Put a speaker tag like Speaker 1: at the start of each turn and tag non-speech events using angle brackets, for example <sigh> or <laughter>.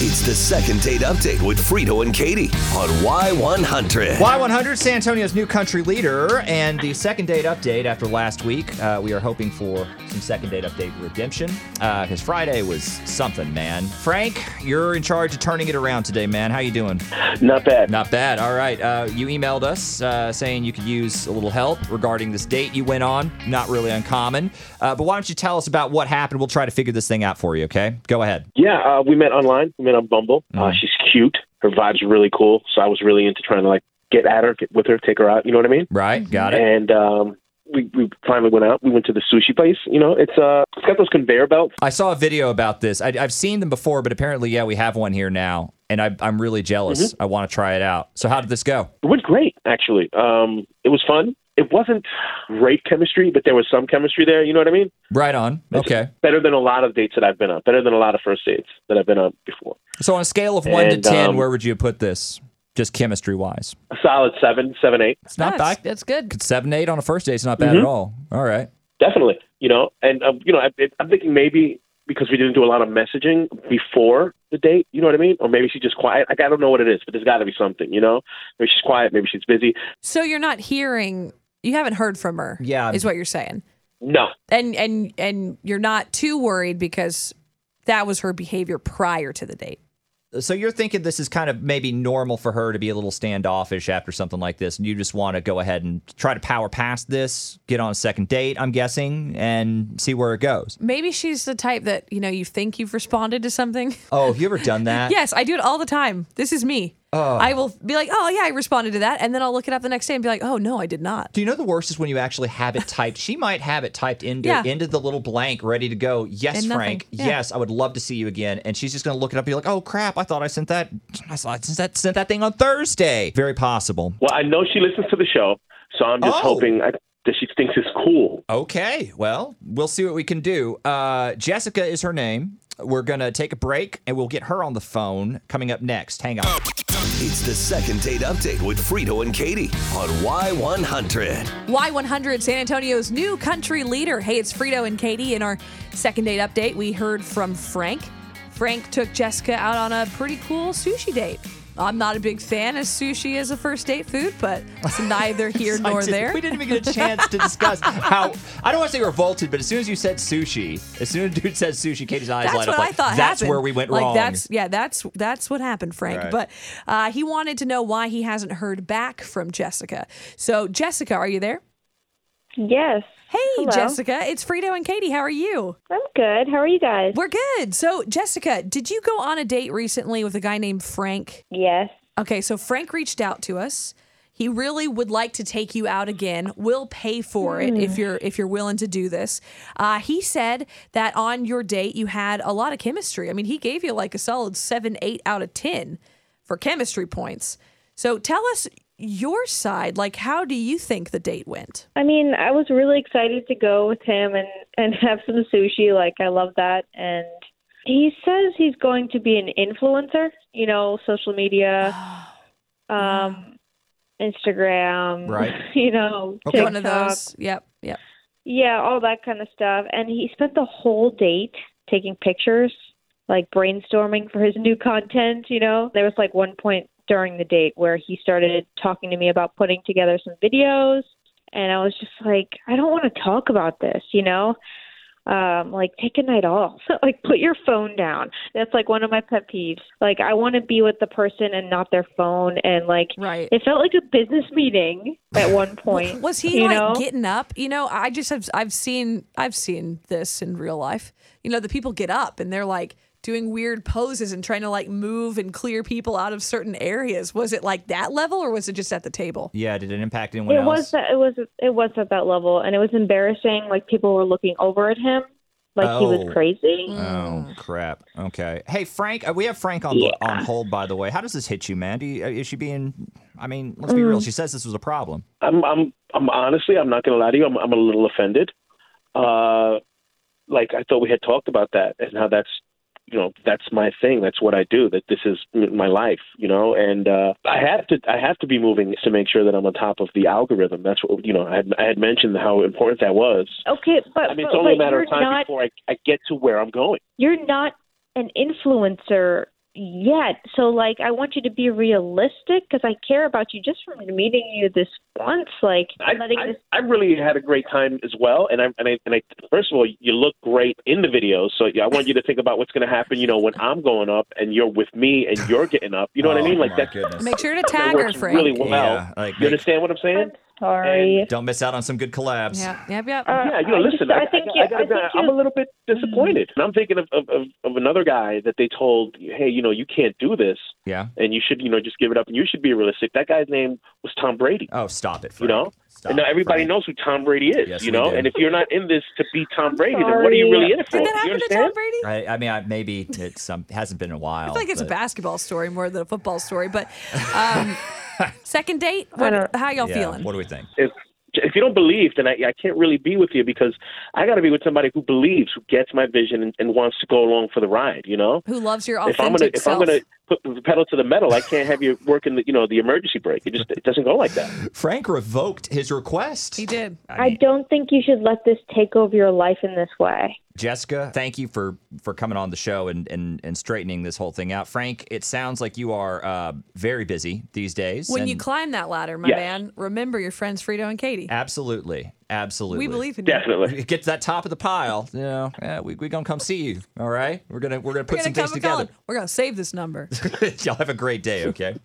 Speaker 1: It's the second date update with Frito and Katie on Y100.
Speaker 2: Y100, San Antonio's new country leader, and the second date update after last week. Uh, we are hoping for some second date update redemption because Friday was something, man. Frank, you're in charge of turning it around today, man. How you doing?
Speaker 3: Not bad.
Speaker 2: Not bad. All right. Uh, you emailed us uh, saying you could use a little help regarding this date you went on. Not really uncommon. Uh, but why don't you tell us about what happened? We'll try to figure this thing out for you, okay? Go ahead.
Speaker 3: Yeah, uh, we met online. We met on Bumble.
Speaker 2: Mm-hmm.
Speaker 3: Uh, she's cute. Her vibes are really cool. So I was really into trying to like get at her, get with her, take her out. You know what I mean?
Speaker 2: Right. Got it.
Speaker 3: And um, we we finally went out. We went to the sushi place. You know, it's uh, it's got those conveyor belts.
Speaker 2: I saw a video about this. I, I've seen them before, but apparently, yeah, we have one here now. And I, I'm really jealous.
Speaker 3: Mm-hmm.
Speaker 2: I want to try it out. So, how did this go?
Speaker 3: It went great, actually. Um, it was fun. It wasn't great chemistry, but there was some chemistry there. You know what I mean?
Speaker 2: Right on. Okay.
Speaker 3: Better than a lot of dates that I've been on. Better than a lot of first dates that I've been on before.
Speaker 2: So, on a scale of one
Speaker 3: And,
Speaker 2: to 10,
Speaker 3: um,
Speaker 2: where would you put this? Just chemistry wise.
Speaker 3: A solid seven, seven, eight.
Speaker 2: It's not
Speaker 4: that's,
Speaker 2: bad.
Speaker 4: that's good.
Speaker 2: Seven, eight on a first date is not bad
Speaker 3: Mm-hmm.
Speaker 2: at all. All right.
Speaker 3: Definitely, you know, and um, you know, I, it, I'm thinking maybe because we didn't do a lot of messaging before the date, you know what I mean? Or maybe she's just quiet. Like, I don't know what it is, but there's got to be something, you know? Maybe she's quiet, maybe she's busy.
Speaker 4: So you're not hearing, you haven't heard from her.
Speaker 2: Yeah.
Speaker 4: is what you're saying,
Speaker 3: No,
Speaker 4: and and and you're not too worried because that was her behavior prior to the date.
Speaker 2: So you're thinking this is kind of maybe normal for her to be a little standoffish after something like this, and you just want to go ahead and try to power past this, get on a second date, I'm guessing, and see where it goes.
Speaker 4: Maybe she's the type that you know you think you've responded to something. <laughs>
Speaker 2: Oh, have you ever done that?
Speaker 4: yes, I do it all the time. This is me. I will be like, oh yeah, I responded to that, and then I'll look it up the next day and be like, oh no, I did not.
Speaker 2: Do you know the worst is when you actually have it typed? She might have it typed into
Speaker 4: Yeah.
Speaker 2: into the little blank, ready to go. Yes,
Speaker 4: And nothing.
Speaker 2: Frank.
Speaker 4: Yeah.
Speaker 2: Yes, I would love to see you again. And she's just gonna look it up and be like, "Oh crap! I thought I sent that. I saw I sent that sent that thing on Thursday." Very possible.
Speaker 3: well, I know she listens to the show, so I'm just
Speaker 2: Oh.
Speaker 3: hoping I, that she thinks it's cool.
Speaker 2: Okay, well, we'll see what we can do. Uh, Jessica is her name. We're going to take a break and we'll get her on the phone coming up next. Hang
Speaker 4: <laughs>
Speaker 2: on.
Speaker 1: It's the second date update with Frito and Katie on Y100.
Speaker 4: Y100, San Antonio's new country leader. Hey, it's Frito and Katie. In our second date update, we heard from Frank. Frank took Jessica out on a pretty cool sushi date. I'm not a big fan of sushi as a first date food, but it's
Speaker 2: <laughs>
Speaker 4: neither here nor
Speaker 2: I didn't-
Speaker 4: there.
Speaker 2: We didn't even get a chance to
Speaker 4: <laughs>
Speaker 2: discuss how. I don't want to say revolted, but as soon as you said sushi, as soon as dude said sushi, Katie's eyes
Speaker 4: That's
Speaker 2: light
Speaker 4: what
Speaker 2: up.
Speaker 4: I
Speaker 2: like,
Speaker 4: thought.
Speaker 2: That's
Speaker 4: happened.
Speaker 2: where we went
Speaker 4: like,
Speaker 2: wrong.
Speaker 4: That's yeah. That's that's what happened, Frank.
Speaker 2: Right.
Speaker 4: But uh, he wanted to know why he hasn't heard back from Jessica. So, Jessica, are you there?
Speaker 5: Yes.
Speaker 4: Hey,
Speaker 5: Hello.
Speaker 4: Jessica, it's Frito and Katie. How are you?
Speaker 5: I'm good. How are you guys?
Speaker 4: We're good. So, Jessica, did you go on a date recently with a guy named Frank?
Speaker 5: Yes.
Speaker 4: Okay, so Frank reached out to us. He really would like to take you out again. We'll pay for it if you're if you're willing to do this. Uh, he said that on your date you had a lot of chemistry. I mean, he gave you like a solid seven, eight out of ten for chemistry points. So tell us your side. Like, how do you think the date went?
Speaker 5: I mean, I was really excited to go with him and and <laughs> have some sushi. Like I love that and he says he's going to be an influencer, you know, social
Speaker 4: <gasps>
Speaker 5: media, um Instagram,
Speaker 2: Right.
Speaker 5: <laughs> you know,
Speaker 2: Okay.
Speaker 4: One of
Speaker 5: TikTok.
Speaker 4: those. Yep. Yep.
Speaker 5: Yeah, all that kind of stuff. And he spent the whole date taking pictures, like brainstorming for his new content, you know. There was like one point during the date where he started talking to me about putting together some videos and I was just like, I don't want to talk about this, you know? Um, like take a night off. <laughs> like put your phone down. That's like one of my pet peeves. Like I want to be with the person and not their phone and like
Speaker 4: Right.
Speaker 5: it felt like a business meeting at one point.
Speaker 4: Was he
Speaker 5: you
Speaker 4: like
Speaker 5: know?
Speaker 4: getting up? You know, I just have I've seen I've seen this in real life. You know, the people get up and they're like doing weird poses and trying to like move and clear people out of certain areas. Was it like that level or was it just at the table?
Speaker 2: yeah, did it impact anyone
Speaker 5: It
Speaker 2: else?
Speaker 5: was that it was it was at that level, and it was embarrassing. Like people were looking over at him, like he
Speaker 2: Oh.
Speaker 5: was crazy.
Speaker 3: Mm.
Speaker 2: Oh crap! Okay, hey Frank, uh, we have Frank on the, on hold. By the way, how does this hit you, man? Do you, uh, is she being? I mean, let's be
Speaker 4: Mm.
Speaker 2: real. She says this was a problem.
Speaker 3: I'm, I'm, I'm honestly, I'm not going to lie to you. I'm, I'm a little offended. Uh, like I thought we had talked about that and how that's, you know, that's my thing. That's what I do. That this is m- my life, you know. And uh, I have to, I have to be moving to make sure that I'm on top of the algorithm. That's what, you know, I had, I had mentioned how important that was.
Speaker 5: Uh, Okay, but
Speaker 3: I mean, it's
Speaker 5: but,
Speaker 3: only a
Speaker 5: but
Speaker 3: matter
Speaker 5: you're
Speaker 3: of time
Speaker 5: not
Speaker 3: before I, I get to where I'm going.
Speaker 5: you're not an influencer yet. So, like, I want you to be realistic because I care about you just from meeting you this once. Like,
Speaker 3: I,
Speaker 5: letting
Speaker 3: I,
Speaker 5: this.
Speaker 3: I really had a great time as well, and I and I and I. First of all, you look great in the video, so I want you to think about what's going to happen. You know, when I'm going up and you're with me and you're getting up. You know
Speaker 2: Oh
Speaker 3: what I mean? Like that's
Speaker 4: Make sure to
Speaker 3: that
Speaker 4: tag her,
Speaker 3: works
Speaker 4: Frank.
Speaker 3: really well.
Speaker 2: Yeah, like,
Speaker 3: you understand what I'm saying?
Speaker 5: I'm sorry.
Speaker 2: <laughs>
Speaker 5: Uh,
Speaker 2: Don't miss out on some good collabs.
Speaker 4: Yeah, yep, yep.
Speaker 3: Yeah, you know,
Speaker 5: I just-
Speaker 3: listen,
Speaker 5: I
Speaker 3: I,
Speaker 5: think
Speaker 3: I,
Speaker 5: you-
Speaker 3: I, gotta
Speaker 5: I think
Speaker 3: admit, I'm
Speaker 5: you- Mm-hmm.
Speaker 3: a little bit disappointed. And I'm thinking of, of, of, of another guy that they told, hey, you know, you can't do this,
Speaker 2: Yeah.
Speaker 3: and you should, you know, just give it up, and you should be realistic. That guy's name was Tom Brady.
Speaker 2: Oh, stop it,
Speaker 3: You
Speaker 2: Frank.
Speaker 3: know,
Speaker 2: Stop
Speaker 3: and now
Speaker 2: it,
Speaker 3: everybody
Speaker 2: Frank.
Speaker 3: knows who Tom Brady is.
Speaker 2: Yes,
Speaker 3: you
Speaker 2: we
Speaker 3: know,
Speaker 2: do.
Speaker 3: and if you're not in this to be Tom Brady, then what are you
Speaker 5: sorry.
Speaker 3: really in it for?
Speaker 4: Did that
Speaker 3: oh, you
Speaker 4: happen to
Speaker 3: understand?
Speaker 4: Tom Brady?
Speaker 2: I, I mean, I, maybe it's some hasn't been in a while.
Speaker 4: I feel like it's a
Speaker 2: but-
Speaker 4: basketball story more than a football story. But
Speaker 2: <laughs>
Speaker 4: um, second date, what,
Speaker 5: don't-
Speaker 4: how y'all
Speaker 2: yeah,
Speaker 4: feeling?
Speaker 2: What do we think?
Speaker 3: if if you don't believe, then I, I can't really be with you because I got to be with somebody who believes, who gets my vision, and, and wants to go along for the ride. You know,
Speaker 4: Who loves your
Speaker 3: if I'm gonna
Speaker 4: authentic
Speaker 3: if
Speaker 4: self?
Speaker 3: I'm gonna put the pedal to the metal, I can't have you working the you know the emergency brake. It just it doesn't go like that.
Speaker 2: Frank revoked his request.
Speaker 4: He did.
Speaker 5: I don't think you should let this take over your life in this way.
Speaker 2: Jessica, thank you for for coming on the show and and, and straightening this whole thing out. Frank, it sounds like you are uh, very busy these days.
Speaker 4: When
Speaker 2: and
Speaker 4: you climb that ladder, my
Speaker 3: Yes.
Speaker 4: man, remember your friends Frito and Katie.
Speaker 2: absolutely, absolutely,
Speaker 4: We believe in you.
Speaker 3: Definitely.
Speaker 2: It gets that top of the pile. You know, yeah, we we gonna come see you. All right, we're gonna we're gonna put
Speaker 4: We're
Speaker 2: some
Speaker 4: gonna
Speaker 2: things
Speaker 4: come and call
Speaker 2: together. <laughs>
Speaker 4: it. We're gonna save this number.
Speaker 2: Y'all have a great day. Okay.